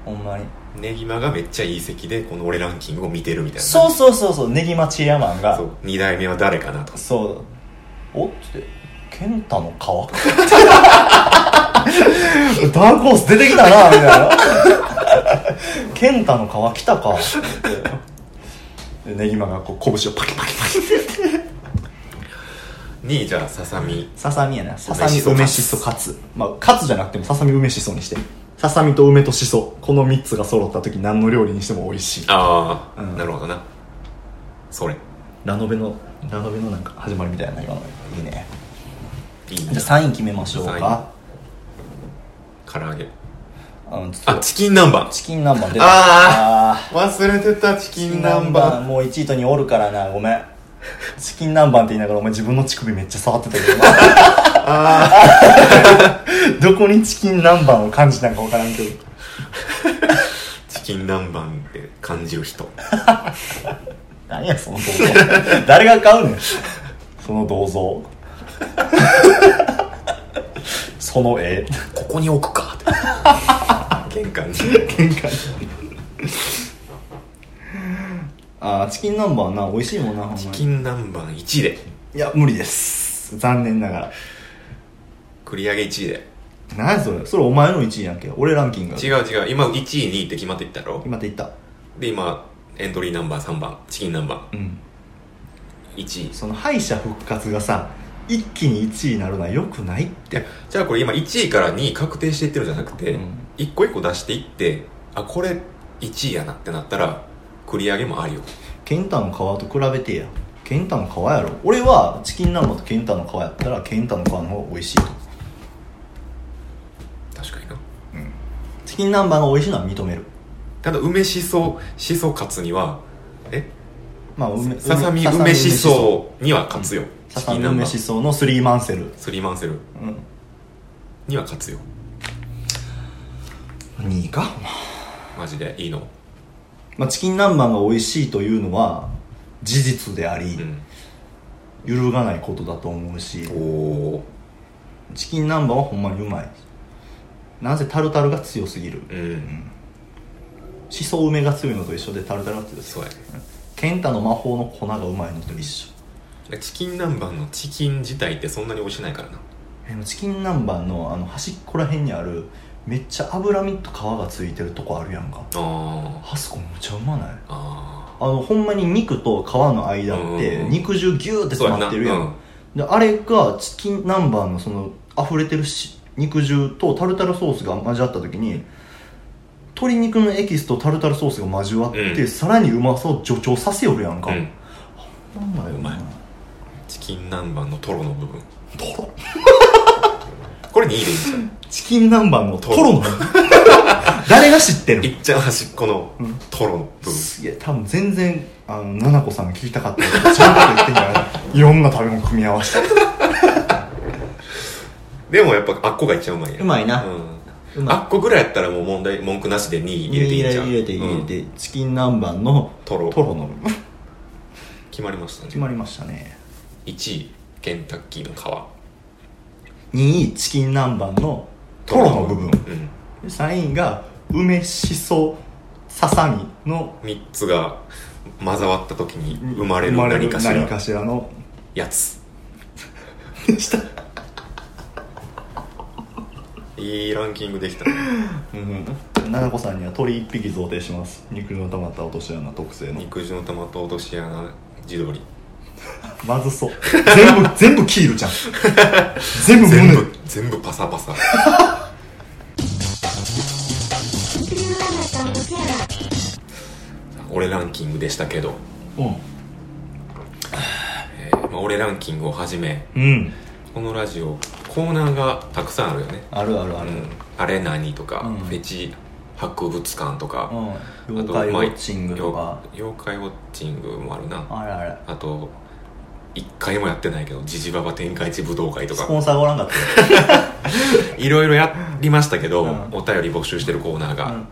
Speaker 2: ドほんまに
Speaker 1: ネギマがめっちゃいい席でこの俺ランキングを見てるみたいな
Speaker 2: そうそうそうそうねぎまチェアマンが
Speaker 1: そう二代目は誰かなと
Speaker 2: そうおっつって健太の川ダークホース出てきたなみたいな健太の川来た かでねぎまがこう拳をパキパキパキ
Speaker 1: にじゃあささみ
Speaker 2: ささみやなささみ
Speaker 1: 梅
Speaker 2: 梅
Speaker 1: し
Speaker 2: し
Speaker 1: そ
Speaker 2: そカツまあカツじゃなくてもささみ梅しそにしてささみと梅としそこの3つが揃った時何の料理にしても美味しい
Speaker 1: ああ、
Speaker 2: うん
Speaker 1: なるほどなそれ
Speaker 2: ラノベのラノベのなんか始まりみたいな今のいいね
Speaker 1: いい
Speaker 2: じ
Speaker 1: ね
Speaker 2: ゃあ3位決めましょうか
Speaker 1: 唐揚げ
Speaker 2: あのちょ
Speaker 1: あ
Speaker 2: っと
Speaker 1: チキン南蛮
Speaker 2: チキン南蛮出た
Speaker 1: あ
Speaker 2: あー
Speaker 1: 忘れてたチ
Speaker 2: チ
Speaker 1: キ
Speaker 2: キン
Speaker 1: ン
Speaker 2: 南
Speaker 1: 南
Speaker 2: 蛮
Speaker 1: 蛮
Speaker 2: もう1位と2位おるからなごめんチキン南蛮って言いながらお前自分の乳首めっちゃ触ってたけど な どこにチキン南蛮を感じたんか分からんけど
Speaker 1: チキン南蛮って感じる人
Speaker 2: 何やその銅像 誰が買うねんその銅像 その絵
Speaker 1: ここに置く かって玄関に
Speaker 2: ああチキン南蛮な美味しいもんなほんまに
Speaker 1: チキン南蛮1位で
Speaker 2: いや無理です残念ながら
Speaker 1: 繰り上げ1位で
Speaker 2: 何やそれそれお前の1位やんけ俺ランキング
Speaker 1: 違う違う今1位2位って決まっていったろ
Speaker 2: 今って言った
Speaker 1: で今エントリーナンバー3番チキン南蛮
Speaker 2: うん
Speaker 1: 1位
Speaker 2: その敗者復活がさ一気に1位になるのはよくないって
Speaker 1: でじゃあこれ今1位から2位確定していってるんじゃなくて、
Speaker 2: うん
Speaker 1: 一個一個出していってあこれ1位やなってなったら繰り上げもありよ
Speaker 2: 健太の皮と比べてや健太の皮やろ俺はチキン南蛮と健太の皮やったら健太の皮の方が美味しいと
Speaker 1: 確かにな
Speaker 2: チキン南蛮が美味しいのは認める
Speaker 1: ただ梅しそしそカツにはえ
Speaker 2: まあ梅
Speaker 1: ささみ梅しそには勝つよ、
Speaker 2: ささみ梅しそのスリーマンセル、
Speaker 1: スリーマンセル
Speaker 2: うん、
Speaker 1: には勝つよ
Speaker 2: 2位か、
Speaker 1: マジでいいの
Speaker 2: まあ、チキン南蛮が美味しいというのは事実であり、
Speaker 1: うん
Speaker 2: 揺るがないことだと思うし
Speaker 1: おお
Speaker 2: チキン南蛮はほんまにうまいなんせタルタルが強すぎる
Speaker 1: ーうん
Speaker 2: しそ梅が強いのと一緒でタルタルが強す
Speaker 1: そ
Speaker 2: ぎ
Speaker 1: う
Speaker 2: る
Speaker 1: やね
Speaker 2: ケンタの魔法の粉がうまいのと一緒
Speaker 1: チキン南蛮のチキン自体ってそんなに美味しないからな
Speaker 2: でもチキン南蛮のあの端っこら辺にあるめっちゃ脂身と皮がついてるとこあるやんか
Speaker 1: あー
Speaker 2: あそこめっちゃうまない
Speaker 1: あ
Speaker 2: あのほんまに肉と皮の間って
Speaker 1: うん
Speaker 2: 肉汁ギューって
Speaker 1: ー
Speaker 2: 詰まってるやん、
Speaker 1: うん
Speaker 2: であれがチキン南蛮のその溢れてるし肉汁とタルタルソースが混じわった時に鶏肉のエキスとタルタルソースが交わって、
Speaker 1: うん
Speaker 2: さらにうまさを助長させよるやんか、
Speaker 1: うん
Speaker 2: ほんまよ
Speaker 1: うまいチキン南蛮のトロの部分
Speaker 2: トロ
Speaker 1: これ2位でいいんじゃん
Speaker 2: チキン南蛮のト
Speaker 1: ト
Speaker 2: ロの 誰が知って
Speaker 1: い
Speaker 2: る
Speaker 1: っちゃん端っこの
Speaker 2: うん
Speaker 1: トロの部分
Speaker 2: すげえ多分全然あの菜々子さんが聞きたかったことちゃんと言ってんじゃないいろんな食べ物組み合わせて
Speaker 1: でもやっぱあっこがいっちゃうまいやん
Speaker 2: うまいな
Speaker 1: うん
Speaker 2: うまい
Speaker 1: あっこぐらいやったらもう問題文句なしで2位入れていいんじゃん
Speaker 2: 入れて入れて、チキン南蛮の
Speaker 1: トロ
Speaker 2: トロの
Speaker 1: うん決まりました
Speaker 2: 決
Speaker 1: ね
Speaker 2: まりましたね
Speaker 1: 1位ケンタッキーの皮
Speaker 2: 2位チキン南蛮のトロの部分
Speaker 1: うん
Speaker 2: 3位が梅しそささみの
Speaker 1: 3つが混ざわった時に生まれる何かし
Speaker 2: 何
Speaker 1: ら
Speaker 2: かしらの
Speaker 1: やつ
Speaker 2: でした
Speaker 1: いいランキングできた
Speaker 2: うん奈々子さんには鳥1匹贈呈します肉の溜まった落とし穴特製の
Speaker 1: 肉汁の玉と落とし穴地鶏
Speaker 2: まずそう全部 全部キールじゃん全部
Speaker 1: 全
Speaker 2: 胸
Speaker 1: 部全部パサパサ俺ランキングでしたけど、えーまあ、俺ランキングをはじめ
Speaker 2: うん、うん、
Speaker 1: このラジオコーナーがたくさんあるよね
Speaker 2: あるある
Speaker 1: あ,、
Speaker 2: あ
Speaker 1: う
Speaker 2: る、
Speaker 1: ん、あれ何とか、
Speaker 2: うん
Speaker 1: フェチ博物館とか、
Speaker 2: うん、
Speaker 1: あ
Speaker 2: 妖
Speaker 1: と
Speaker 2: 怪ウ
Speaker 1: まあ
Speaker 2: ォッチングとか
Speaker 1: 妖妖怪ウォッチングもあるな
Speaker 2: あれあれ
Speaker 1: あと一回もやってないけどジジババ天下一武道会と
Speaker 2: ス
Speaker 1: か
Speaker 2: ポンサーがおらんかったよ
Speaker 1: いろいろやりましたけど、
Speaker 2: うん
Speaker 1: お便り募集してるコーナーが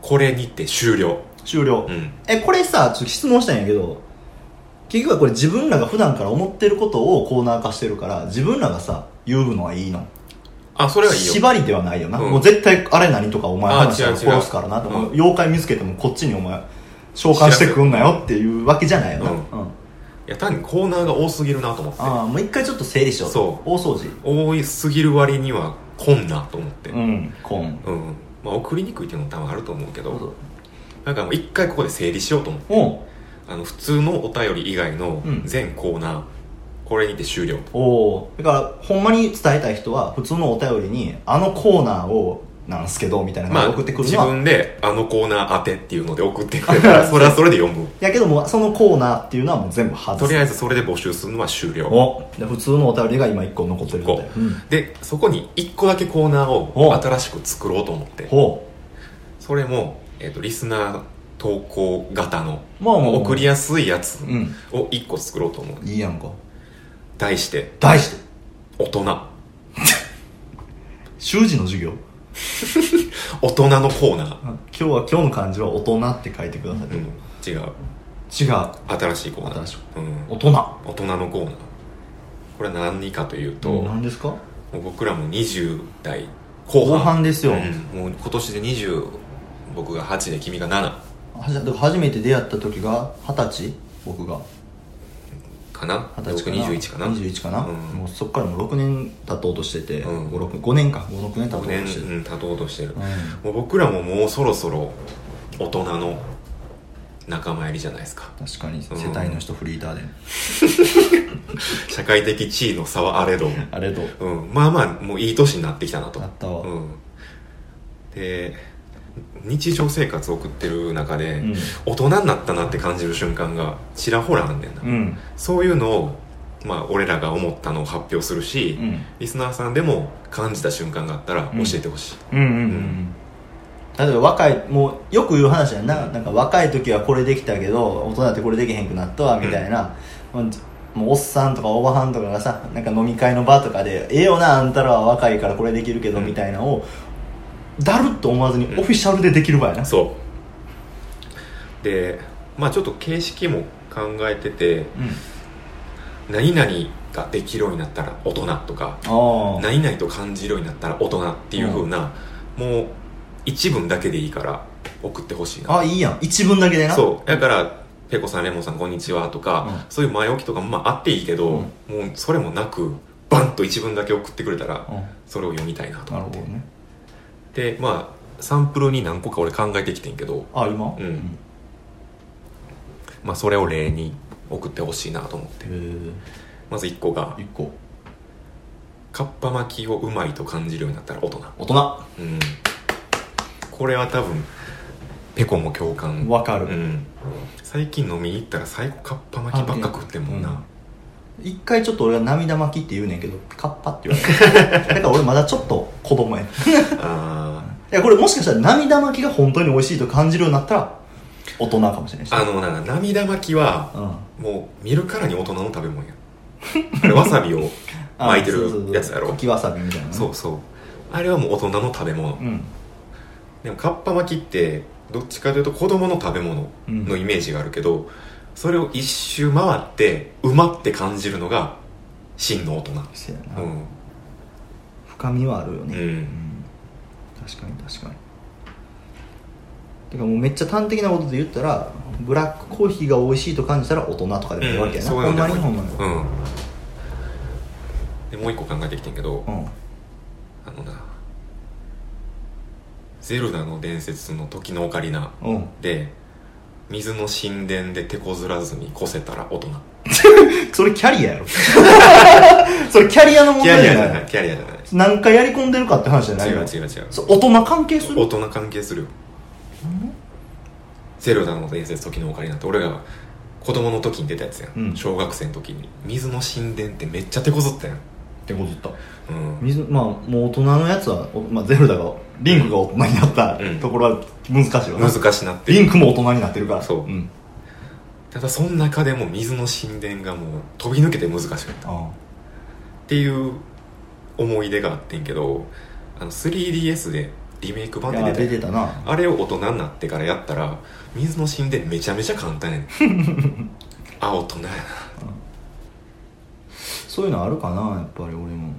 Speaker 1: これにて終了
Speaker 2: 終了、
Speaker 1: うん
Speaker 2: えこれさちょっと質問したんやけど結局はこれ自分らが普段から思ってることをコーナー化してるから自分らがさ言うのはいいの
Speaker 1: あそれはいいよ
Speaker 2: 縛りではないよな、
Speaker 1: うん
Speaker 2: もう絶対あれ何とかお前
Speaker 1: あ
Speaker 2: 話した
Speaker 1: 違
Speaker 2: ら
Speaker 1: う違う
Speaker 2: 殺すからなと思
Speaker 1: う
Speaker 2: う
Speaker 1: ん
Speaker 2: 妖怪見つけてもこっちにお前召喚してくんなよっていうわけじゃないよな、
Speaker 1: うん
Speaker 2: うん
Speaker 1: いや単にコーナーが多すぎるなと思って
Speaker 2: ああもう一回ちょっと整理しよう
Speaker 1: そう
Speaker 2: 大掃除
Speaker 1: 多いすぎる割にはこんなと思ってう、
Speaker 2: うんんコーン
Speaker 1: まあ送りにくいっていうのも多分あると思うけどなんかもう一回ここで整理しようと思って
Speaker 2: おう
Speaker 1: あの普通のお便り以外の
Speaker 2: うん
Speaker 1: 全コーナー、これにて終了
Speaker 2: おうだからほんまに伝えたい人は普通のお便りにあのコーナーをなんすけどみたいなの
Speaker 1: まあ
Speaker 2: が送ってくる
Speaker 1: 自
Speaker 2: のは、
Speaker 1: 分であのコーナー当てっていうので送ってくれた らそれはそれで読む
Speaker 2: やけどもそのコーナーっていうのはもう全部外す
Speaker 1: とりあえずそれで募集するのは終了
Speaker 2: おで普通のお便りが今1個残ってるので
Speaker 1: 一
Speaker 2: うん
Speaker 1: でそこに1個だけコーナー
Speaker 2: お
Speaker 1: を新しく作ろうと思って
Speaker 2: ほ
Speaker 1: それも、えっとリスナー投稿型の
Speaker 2: うまあもう
Speaker 1: 送りやすいやつ
Speaker 2: うん
Speaker 1: を1個作ろうと思う
Speaker 2: いいやんか
Speaker 1: 題して
Speaker 2: 題して
Speaker 1: 大人
Speaker 2: 習字の授業、
Speaker 1: 大人のコーナー、
Speaker 2: 今日は今日の漢字は大人って書いてください、
Speaker 1: う、
Speaker 2: 違う
Speaker 1: 違
Speaker 2: ん
Speaker 1: う新しいコーナー
Speaker 2: 新しい
Speaker 1: うん、
Speaker 2: 大人
Speaker 1: 大人のコーナーこれは何かというと、
Speaker 2: と
Speaker 1: も
Speaker 2: 何ですか
Speaker 1: う僕らも20代後半
Speaker 2: 後半ですよ
Speaker 1: うんもう今年で20僕が8で君が7
Speaker 2: はじだから初めて出会った時が二十歳僕が
Speaker 1: かな
Speaker 2: 二
Speaker 1: もし
Speaker 2: 十
Speaker 1: く
Speaker 2: 歳
Speaker 1: は21かな
Speaker 2: 21かな、
Speaker 1: うん
Speaker 2: もうそこからもう6年経とうとしてて、
Speaker 1: うん
Speaker 2: 五六5年か56年経とう
Speaker 1: 5
Speaker 2: として
Speaker 1: 年
Speaker 2: る、
Speaker 1: うん経とうとしてる、
Speaker 2: うん
Speaker 1: もう僕らももうそろそろ大人の仲間入りじゃないですか
Speaker 2: 確かに世帯の人フリーターで、
Speaker 1: 社会的地位の差はあれど、
Speaker 2: あれと
Speaker 1: うん、まあまあもういい年になってきたなと
Speaker 2: なったわ
Speaker 1: うん、で日常生活を送ってる中で、
Speaker 2: うん
Speaker 1: 大人になったなって感じる瞬間がちらほらあんねんな、
Speaker 2: うん
Speaker 1: そういうのをまあ俺らが思ったのを発表するし、
Speaker 2: うん
Speaker 1: リスナーさんでも感じた瞬間があったら教えてほしい、
Speaker 2: うんうんうん例えば若いもうよく言う話やんななんか若い時はこれできたけど大人だってこれできへんくなったわみたいな、まあもうおっさんとかおばはんとかがさなんか飲み会の場とかで「ええよなあんたらは若いからこれできるけど」
Speaker 1: うん
Speaker 2: みたいなのをだるっと思わずにオフィシャルでできる場やな、
Speaker 1: そうでまあちょっと形式も考えてて
Speaker 2: うん、
Speaker 1: 何々ができるようになったら大人とか
Speaker 2: ああ
Speaker 1: 何々と感じるようになったら大人っていう風な、もう一文だけでいいから送ってほしいな
Speaker 2: あいいやん一文だけでな
Speaker 1: そうだからペコさんレモンさんこんにちはとか、
Speaker 2: う
Speaker 1: そういう前置きとかもまああっていいけど、もうそれもなくバンと一文だけ送ってくれたら、
Speaker 2: うん、な
Speaker 1: それを読みたいなと
Speaker 2: る
Speaker 1: 思
Speaker 2: ほ
Speaker 1: っ
Speaker 2: ど
Speaker 1: て、
Speaker 2: ね
Speaker 1: でまあサンプルに何個か俺考えてきてんけど、
Speaker 2: あ今
Speaker 1: うんまあ、それを例に送ってほしいなと思って
Speaker 2: へえ
Speaker 1: まず1個が
Speaker 2: 1個
Speaker 1: かっぱ巻きをうまいと感じるようになったら大人、
Speaker 2: 大人
Speaker 1: うん、これは多分ペコも共感
Speaker 2: わか
Speaker 1: う
Speaker 2: る、
Speaker 1: ん、最近飲みに行ったら最高かっぱ巻きばっか食ってんもん
Speaker 2: うん
Speaker 1: な
Speaker 2: 一回ちょっと俺は涙巻きって言うねんけどカッパって言われて だから俺まだちょっと子供やねんい
Speaker 1: あ
Speaker 2: やこれもしかしたら涙巻きが本当に美味しいと感じるようになったら大人かもしれないし
Speaker 1: ーあのなんか涙巻きは
Speaker 2: うん
Speaker 1: もう見るからに大人の食べ物やあれわさびを
Speaker 2: あ
Speaker 1: 巻いて
Speaker 2: そうそうそ
Speaker 1: る
Speaker 2: う
Speaker 1: やつやろ
Speaker 2: 茎わさびみたいなね
Speaker 1: そうそうあれはもう大人の食べ物
Speaker 2: うん
Speaker 1: でもかっぱ巻きってどっちかというと子供の食べ物のイメージがあるけど、それを一周回って馬って感じるのが真の大人
Speaker 2: そうや
Speaker 1: う
Speaker 2: な、
Speaker 1: ん
Speaker 2: 深みはあるよね
Speaker 1: うん
Speaker 2: 確かに確かにてかもうめっちゃ端的なことで言ったらブラックコーヒーが美味しいと感じたら大人とかでもいいわけやな、
Speaker 1: そうい
Speaker 2: ほ
Speaker 1: うんの
Speaker 2: ま
Speaker 1: で
Speaker 2: にほん
Speaker 1: も
Speaker 2: まに
Speaker 1: うんでもう一個考えてきてんけど、
Speaker 2: う
Speaker 1: あ
Speaker 2: ん
Speaker 1: のな「ゼルダの伝説の時のオカリナ
Speaker 2: うん」
Speaker 1: で水の神殿で手こずらずに越せたら大人
Speaker 2: それキャリアやろ それキャリアの問
Speaker 1: キャ
Speaker 2: 題
Speaker 1: リ
Speaker 2: じ
Speaker 1: アじ
Speaker 2: ゃ
Speaker 1: ゃ
Speaker 2: な
Speaker 1: ないいキャリアじゃない
Speaker 2: 何回やり込んでるかって話じゃない
Speaker 1: 違
Speaker 2: よ
Speaker 1: う違う違う
Speaker 2: そう大人関係す
Speaker 1: 大
Speaker 2: る
Speaker 1: 人関係するよ「ゼルダの伝説時のオカリナ」って俺が子供の時に出たやつやん、
Speaker 2: うん
Speaker 1: 小学生の時に水の神殿ってめっちゃ手こずったやん
Speaker 2: 手こずった
Speaker 1: うん
Speaker 2: 水まあもう大人のやつは、おまあ、ゼルダがリンクが大人になった
Speaker 1: うん
Speaker 2: ところは難しいわな、
Speaker 1: 難しなって
Speaker 2: リンクも大人になってるから、
Speaker 1: そうんただその中でも水の神殿がもう飛び抜けて難しかった
Speaker 2: あ
Speaker 1: っていう思い出があってんけどあの 3DS でリメイク版
Speaker 2: い
Speaker 1: で
Speaker 2: や
Speaker 1: 出て
Speaker 2: 出
Speaker 1: る
Speaker 2: てたな
Speaker 1: あれを大人になってからやったら水の神殿めちゃめちゃ簡単やねん あ大人やな
Speaker 2: そういうのあるかなやっぱり俺も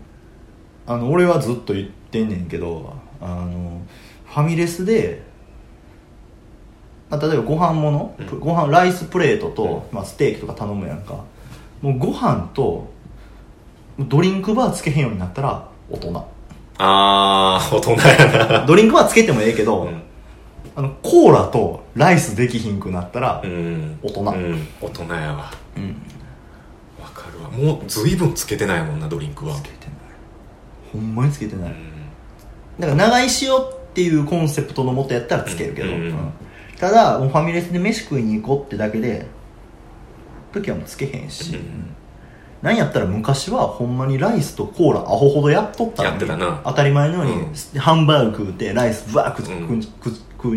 Speaker 2: あの俺はずっと言ってんねんけどあのファミレスで、まあ、例えばご飯もの、
Speaker 1: うん
Speaker 2: ご飯ライスプレートと、まあ、ステーキとか頼むやんかもうご飯とドリンクバーつけへんようになったら大人
Speaker 1: あー大人やな
Speaker 2: ドリンクバーつけてもええけど、
Speaker 1: うん
Speaker 2: あのコーラとライスできひんくなったら、
Speaker 1: うん
Speaker 2: 大人
Speaker 1: うん大人やわ
Speaker 2: うん
Speaker 1: わかるわもう随分つけてないもんなドリンクは
Speaker 2: つけてないほんまにつけてな
Speaker 1: う
Speaker 2: い
Speaker 1: ん
Speaker 2: だから長いしようっていうコンセプトのもとやったらつけるけど、
Speaker 1: うんうん
Speaker 2: ただもうファミレスで飯食いに行こうってだけで時はもうつけへんし、
Speaker 1: うん
Speaker 2: なんやったら昔はほんまにライスとコーラアホほどやっとったのに
Speaker 1: やってたな
Speaker 2: 当たり前のように、ハンバーグ食うてライスバーく、
Speaker 1: うん
Speaker 2: くくく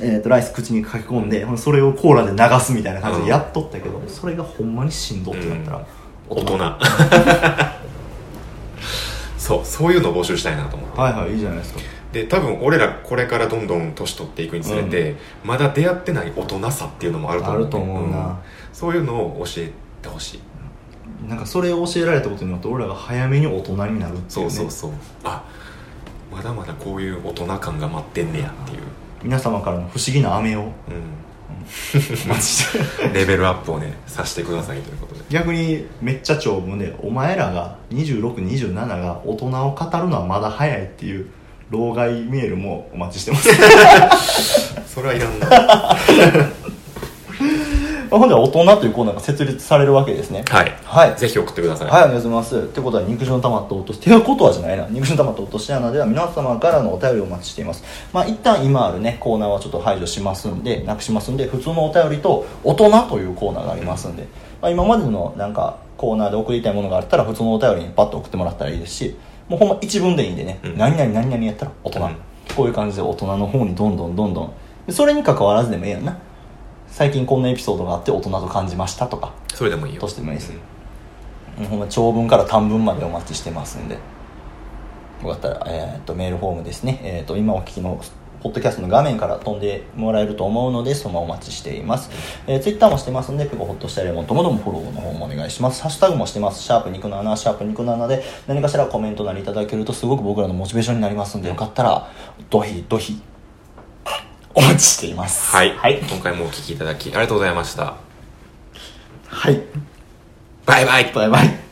Speaker 2: えー、とライス口に書き込んで、それをコーラで流すみたいな感じでやっとったけど、それがほんまにしんどってなったら、
Speaker 1: 大人 そうそういうのを募集したいなと思って
Speaker 2: はいはいいいじゃないですか
Speaker 1: で多分俺らこれからどんどん年取っていくにつれて、まだ出会ってない大人さっていうのもあると思う、
Speaker 2: あると思うな
Speaker 1: そういうのを教えてほしい
Speaker 2: なんかそれを教えられたことによって俺らが早めに大人になるっていう、ね、
Speaker 1: そうそうそう、あまだまだこういう大人感が待ってんねやっていう、
Speaker 2: 皆様からの不思議な飴を
Speaker 1: う
Speaker 2: 待ちして
Speaker 1: ん、レベルアップをねさしてくださいということで
Speaker 2: 逆にめっちゃ長文でお前らが2627が大人を語るのはまだ早いっていう老害メールもお待ちして ます
Speaker 1: それはいらんな
Speaker 2: ほんでは大人というコーナーが設立されるわけですね
Speaker 1: はい
Speaker 2: はい
Speaker 1: ぜひ送ってください、
Speaker 2: はい、お願いします。ってことは、肉汁の玉と落とし、てことはじゃないな。肉汁の玉と落とし穴では皆様からのお便りをお待ちしています。まあ、一旦今あるね、コーナーはちょっと排除しますんで、なくしますんで、普通のお便りと、大人というコーナーがありますんで、まあ、今までのなんか、コーナーで送りたいものがあったら、普通のお便りにパッと送ってもらったらいいですし、もうほんま一文でいいんでね、
Speaker 1: うん
Speaker 2: 何々何々やったら大人、
Speaker 1: うん
Speaker 2: こういう感じで大人の方にどんどんどんどん。それに関わらずでもいいやんな。最近こんなエピソードがあって大人と感じましたとか、
Speaker 1: それでもいいよ
Speaker 2: としてもいいです。うんほんま長文から短文までお待ちしてますんでよかったら、えー、とメールフォームですね、えー、と今お聞きのポッドキャストの画面から飛んでもらえると思うのでそのままお待ちしています、えー、ツイッターもしてますんでペコホッとしたりもともどもフォローの方もお願いしますハッシュタグもしてますシャープ肉の穴シャープ肉の穴で何かしらコメントなりいただけるとすごく僕らのモチベーションになりますんでよかったらドヒドヒお待ちしています
Speaker 1: はい、
Speaker 2: はい、
Speaker 1: 今回もお聞きいただきありがとうございました
Speaker 2: はい、
Speaker 1: バイバイ
Speaker 2: バイバイ